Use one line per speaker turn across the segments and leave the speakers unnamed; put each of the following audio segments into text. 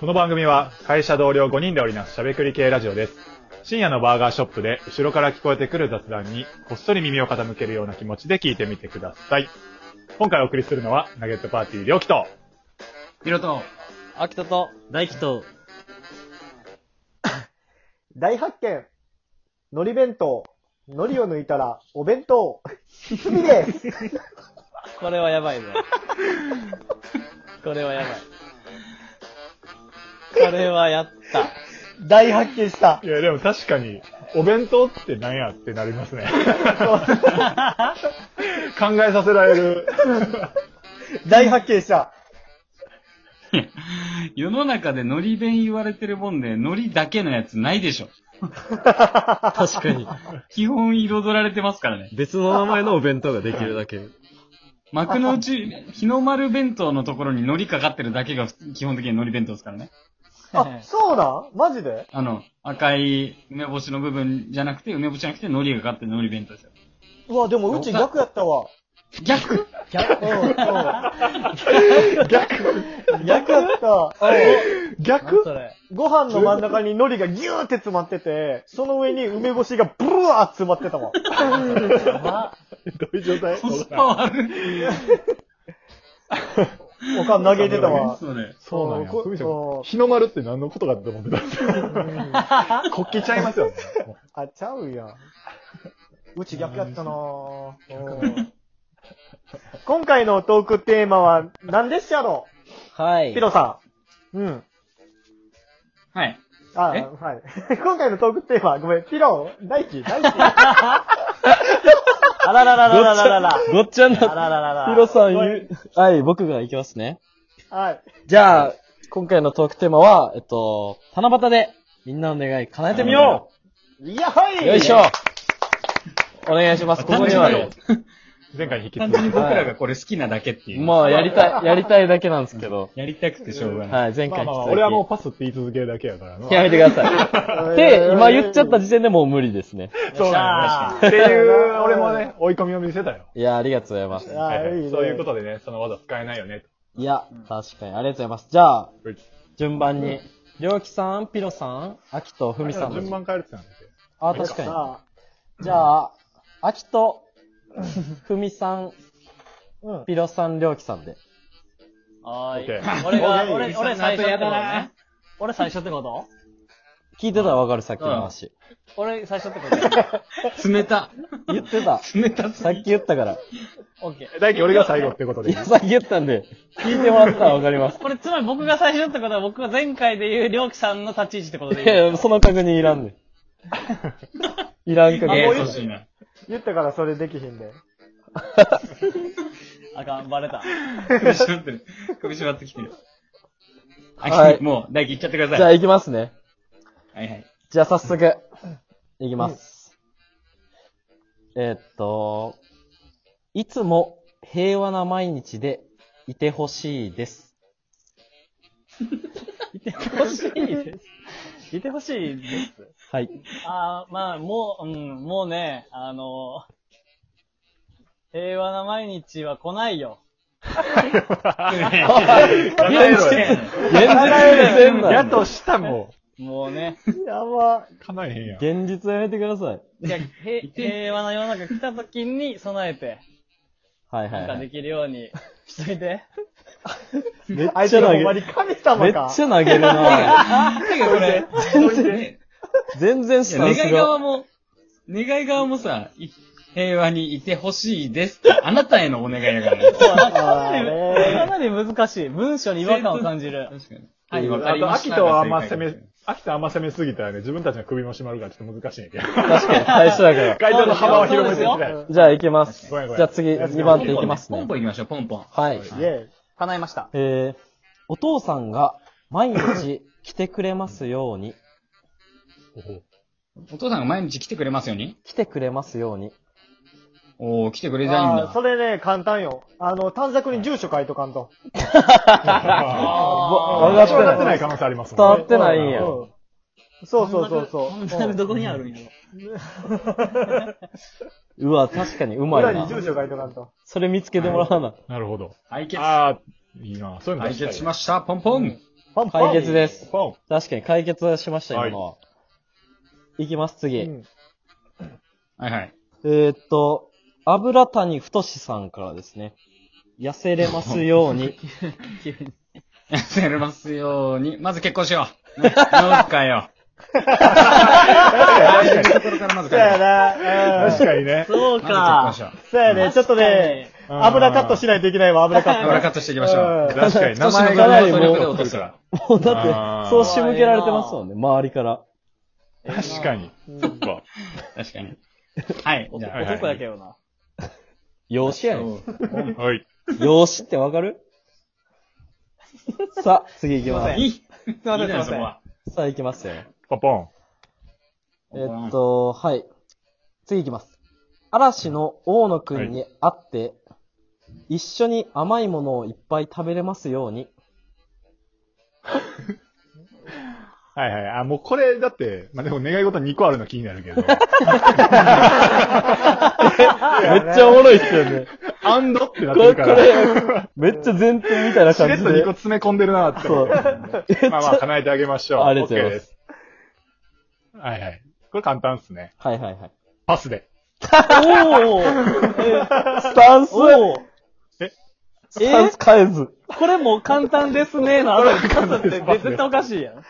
この番組は会社同僚5人で織りなすしゃべくり系ラジオです。深夜のバーガーショップで後ろから聞こえてくる雑談にこっそり耳を傾けるような気持ちで聞いてみてください。今回お送りするのはナゲットパーティーりょうきと、
ヒロと、
秋田と、
大輝と、
大発見海苔弁当海苔を抜いたらお弁当罪です
これはやばいぞ。これはやばい。これはやった。
大発見した
いや、でも確かに、お弁当ってなんやってなります ね。考えさせられる。
大発見した
世の中でノリ弁言われてるもんで、ノリだけのやつないでしょ。
確かに。
基本彩られてますからね。
別の名前のお弁当ができるだけ。
幕の内、日の丸弁当のところにノリかかってるだけが基本的にノリ弁当ですからね。
あ、そうなんマジで
あの、赤い梅干しの部分じゃなくて、梅干しじゃなくてノリがかかってるノリ弁当ですよ。
うわ、でもうち逆やったわ。
逆
うん、うん。逆逆やった。
逆
それ。
ご飯の真ん中に海苔がギューって詰まってて、その上に梅干しがブワー詰まってたわ。
やば。
どういう状態
コスパ悪い。
おかん投げてたわ。
それ。
そうなんや。
こ
ふみちゃ
うんん
日の丸って何のことかって思ってたん ですよ。こっきちゃいますよね。
あ、ちゃうやん。うち逆やったなぁ。今回のトークテーマは何でっしゃろ
は
う
い
ピ。ロさん。うん。
はい。
あ、は
え
い。 今回のトークテーマは、ごめん、ピロー、大輝、大輝。
あらららららららら。ごっちゃに
あらららら。
ヒロさん
ごめ
言う。はい、僕が行きますね。
はい。
じゃあ、今回のトークテーマは、えっと、七夕で、みんなの願い叶えてみよ
いや、は
う
い
よいしょお願いします。ここにはね。
前回に引き
単
続
純に
き。
僕らがこれ好きなだけっていう。
まあ、やりたい、やりたいだけなんですけど。
やりたくてしょうがない。
はい、前
まあ
回
まあまあ、
引き続き
俺はもうパスって言い続けるだけやからな。
やめてくだ さい。で、今言っちゃった
よ
時点でもう無理ですね。
っしゃー
そうなんや。っていう、俺もね、追い込みを見せたよ。
いや、ありがとうございます。
あ
はいはい
いいね
そういうことでね、その技使えないよね。
いや、確かに、ありがとうございます。じゃあ、
と
順番に。りょうきさん、ピロさん、あきと、ふみさんの
順番変えるってなんですよ。
あ、確かに。
あ
じゃあ、あきと、ふみさん、
うん。
ピロさん、りょうきさんで。
は
オッケ
ーい。
ー
俺が、
オッ
俺、
ケー
俺最初って
や
こ
だ
と
な
ね。俺最初ってこと
聞いてたらわかる、さっきの話。
俺最初ってこと
冷た。
言ってた。
冷たす
さっき言ったから。
オッケー。
大輝、俺が最後ってことで
い
いい
や、さっき言ったんで、聞いてもらったらわかります。
これつまり僕が最初ってことは僕が前回で言うりょうきさんの立ち位置ってことでい
い
い
や、その確認いらんねん。いらん確
ややこ
認。
しいな。
言ったからそれできひんで。
あかん、バレた。
首絞ってる。首絞ってきてる。
は
はいい。もう、大輝いっちゃってくだ
じゃ
さ
あ、
い。
行きますね。
はいはい。
じゃあ早速、いきます。えーっと、いつも平和な毎日でいてほしいです。
いてほしいです。いてほしいです。
はい。
あーまあ、もう、うん、もうね、あの平和な毎日は来ないよ。
現実
や
や
や
としたも、
もうね。
やば。
叶えへんやん。
現実やめてください。
じゃあへ平和な世の中来た時に備えて、
はいは
ないんか
はい。
できるようにしといて。
めっ
あい
ち
つ
ゃ
らほ
投げ
んま
る。
に神
め
様
っ
か。
ちゃ投げるな
てかこれ、ね
全然スタン
願
ス
い側
が。
も、願い側もさ、い平和にいてほしいですって、あなたへのお願いだからね。
あーね
かなり難しい。文章に違和感を感じる。
確かに。
はい、
わか
あ
り
と、
まし
秋
た
とはあんま攻
が
め
正解、
秋とあんま攻めすぎたらね、自分たちの首も絞まるからちょっと難しいんやけど。
確かに、最初だから。
回答の幅を広めていきたい。
じゃあ行きます。
ごめんごめん
じゃあ次、2番手行きます
ポン
ね
ポ。ン行きましょう、ポンポン。
はい。
イェイ。
叶いました。
えー、お父さんが毎日来てくれますように。
お父さんが毎日来てくれますように。
来てくれますように。
おー、来てくれたいん
あー
だ
そ。れね、簡単よ。あの、短冊に住所書いとかんと。
あ
わ
あ、
わ
分
かって
かって
な。
ないい可能性あります
伝わ
もん
っ
ね。
てないんや。
うんそうそうそうそう。
本田どこにあるんやろ。
うわ、確かにうま
裏
い
に
な。
住所書いとかんと。
それ見つけてもらわな。
なるほど。
解決。
あー、いいな。そういうの
解決しま
し
した。ポンポン。
パンパン。
解決です。
ポ ン。
確かに解決しました、
はい
今のは。いきます、次。
うん
はいはい。
えーっと、油谷太さんからですね。痩せれますように。
痩せれますように。まず結婚しよう。ね、農家よ。ああいうところからまず
そ
帰
うや
ろう。
な。うん
確かに ね。
そう
ま
か
ず結婚し。よう。
そうやね。ちょっとね、
うん
油カットしないといけないわ、油カット。
油カットしていきましょう。
うん
確か に、名前が
がないもで落とすから。
もうだ
あー
って、そう仕向けられてますもんね、周りから。
確かに。そっか。
確かに。はい。じゃ
はいはい
男やけどな。
養子
あ
やね。
はい。
養子ってわかるさあ、次行きます
いません
いい。いい
すいません、すい
ね
ま
そ
せ
こ
ん。
は。
す。さあ行きますよ。
ポンポン。
えっと、はい。次行きます。嵐の大野くんに会って、一緒に甘いものをいっぱい食べれますように。
はいはい。あ、もうこれ、だって、まあ、でも願い事2個あるの気になる けど。
めっちゃおもろいっすよね。
アンドってなってるから。
めっちゃ前提みたいな
しれ
感
っ
じ
と2個
で。
詰め込んでるなって。
そう。
まあまあ、叶えてあげましょう。
ありがとうござい
OK で
ます
す。はいはい。これ簡単っすね。
はいはいはい。
パスで。
おお
スタンス
おお
スタンス変えず。
これも簡単ですね、な。簡単って絶対おかしいやん。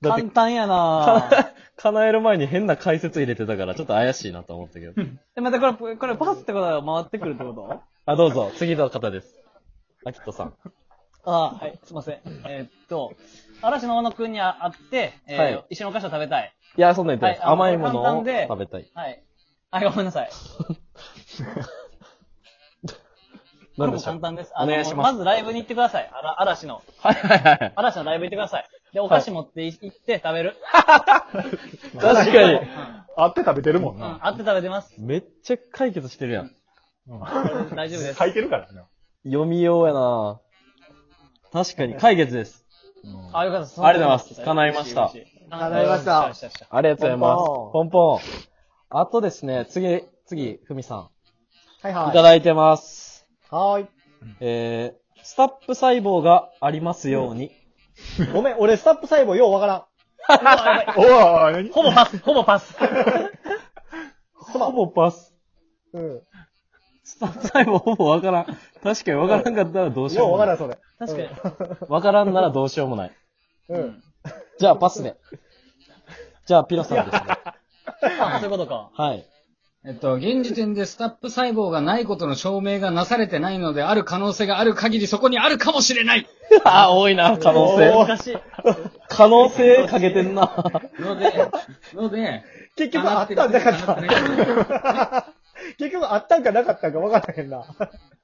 だって
簡単やな
叶える前に変な解説入れてたから、ちょっと怪しいなと思ったけど。
え、またこれ、これパスってことは回ってくるってこと
あ、どうぞ、次の方です。アキトさん。
ああ、はい、すいません。えーっと、嵐の小野くんに会って、えー
はい
一緒にお菓子を食べたい。
いや、そんなん言ってない。
はいあの
甘いものを
簡単で
食べたい。
はい。あ、ごめんなさい。こ
なん
れも
でしょ
簡
う。
単です。あの
お願いします
ずライブに行ってください。あら嵐の。
はいはいはい。
嵐のライブ行ってください。で、お菓子持ってい行って食べる。
確かに。
あって食べてるもん
うん、
な。
あって食べてます。
めっちゃ解決してるやん。
大丈夫です
書。いてるからな。
読みようやな確かに解決です。
あ、よかったです。
ありがとうございます叶いました
嬉い。
叶いました
嬉い嬉い
ありがとうございます。
ポ
ポンポン。あとですね、次、次、ふみさ
はい
ん。い
は
た
い。
だいてます。
はーい。
えー、スタップ細胞がありますように。
ごめん、俺スタップ細胞ようわからん。
おお何
ほぼパス、ほぼパス。
ほぼパス。
うん。
スタップ細胞ほぼわからん。確かにわからんかったらどうしよ
よ
う
う
も
わか
な
らん、。
い
それ。
確かに。
わからんならどうしようもない。
うん。
じゃあパスで。じゃあピロさんですね。
あ、そういうこと か。
はい。
えっと、現時点でスタップ細胞がないことの証明がなされてないので、ある可能性がある限りそこにあるかもしれない
あ、多いな、可能性。
難しい。
可能性かけて んな。
ので、ので、
結局あったんなかった。結局あったんかなかったんか分からへんな。
はい。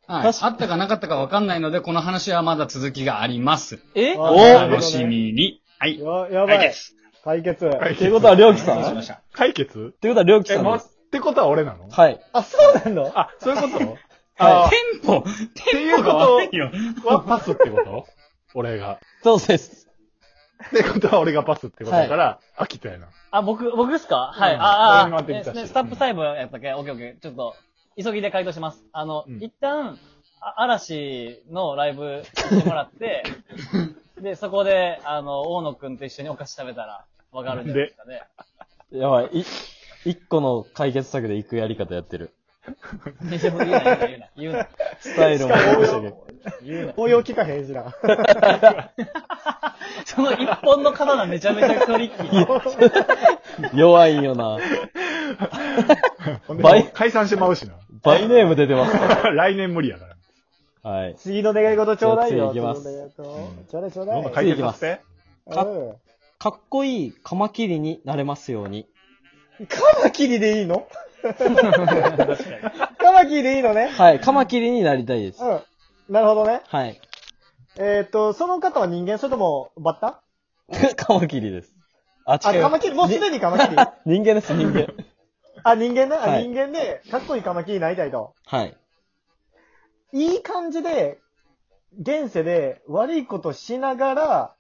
あったかなかったかわかんないので、この話はまだ続きがあります。
え
あ
お
ー
楽し。みに。はい。
や、やば
解
い。
決。
解決。
っていうことは、りょうきさん
どうし
っ
ました
解決
ていうことは、りょうき
え、
さん
ま、
で
っ
す。
てことは俺なの
はい。
あ、そうなの
あ、そういう こと
あ
あ
テンポ
って
テ
いう
ンポ
こと
が悪いよ。
はパスってこと俺が。
そうです。
ってことは俺がパスってことだから、飽きたやな。
あ、僕、僕っすかはい。
うん
あ
俺
あ
も
あ、
当ててたし
えスタップ細胞やったっけオッケーオッケー。ちょっと、急ぎで回答します。あの、
うん
一旦、あ嵐のライブしてもら って、で、そこで、あの、大野くんと一緒にお菓子食べたら、わかるんじゃないですかね。
やばい。い、一個の解決策で行くやり方やってる。
いや言うな、言うな、言うな。
スタイルも面白い。
言うな。
応用聞かへんしな。
その一本の刀めちゃめちゃトリッキー。
弱いよな。
ほんで、
倍
もう解散してまう しな。
バイネーム出てます。
来年無理やから。
はい。
次の願い事ちょうだいよ。
じゃあ次
次の願い事
うん
ちょうだいちょうだ
どんどん
い。
解決させて。
か
うん
かっこいいカマキリになれますように。
カマキリでいい のカマキリでいいのね。
はい。カマキリになりたいです。
うん。なるほどね。
はい。
えーっ、と、その方は人間それともバッタ
カマキリです。あ、
あ、
違う。
カマキリ、もうすでにカマキリ。あ、
人間です、人間。
人間ね。あ、
はい
人間で、かっこいいカマキリになりたいと。
はい。
いい感じで、現世で悪いことしながら、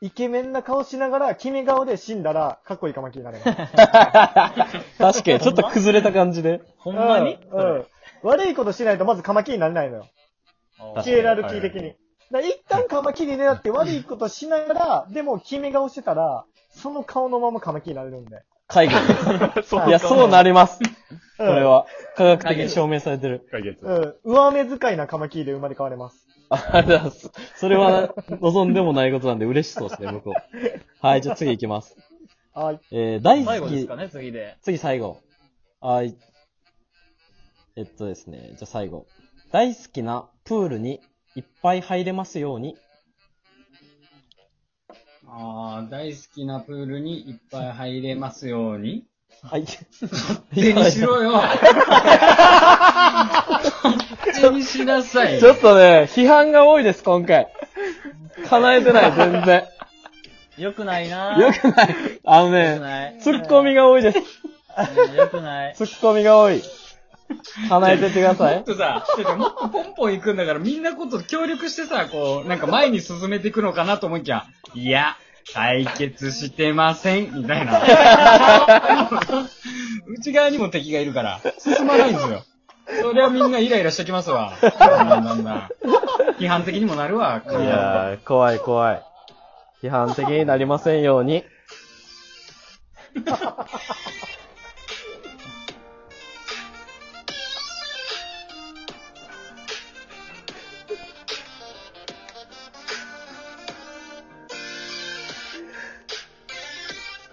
イケメンな顔しながら、決め顔で死んだら、かっこいいカマキリになれます。
確かに、 ちょっと崩れた感じで。
ほんまに
うんうん。悪いことしないと、まずカマキリになれないのよ。
お
ヒ
確かに
エラルキー的に。だから一旦カマキリ狙って悪いことしながら、でも決め顔してたら、その顔のままカマキリになれるんで。
解 決です。
そう
いや、そうなります。こ
うん
れ。は。科学的に証明されてる。
解決。
うん。上目遣いなカマキリで生まれ変われます。
あありがとうございます。それは望んでもないことなんで嬉しそうですね、向こう。はい、じゃあ次行きます。
はい。
えー、大
最
好
後
き、
ですかね、次で。
次最後。はい。えっとですね、じゃあ最後。大好きなプールにいっぱい入れますように。
ああ、大好きなプールにいっぱい入れますように。
はい。
手にしろ よ手にしなさい
ち。ょっとね、批判が多いです、今回。叶えてない、全然。
よくないな
よくない。あの
よ
ね、
くない。
ツッコミが多いです。
うんよくない。
ツッコミが多い。叶えてってくださ
も
い
っ。とさ、てかもっとポンポン行くんだからみんなこと協力してさ、こう、なんか前に進めていくのかなと思いきや、いや、解決してません、みた いな。内側にも敵がいるから、進まないんですよ。そりゃみんなイライラしてきますわ。だんだんだんだん。批判的にもなるわ、
いやー、怖い怖い。批判的になりませんように。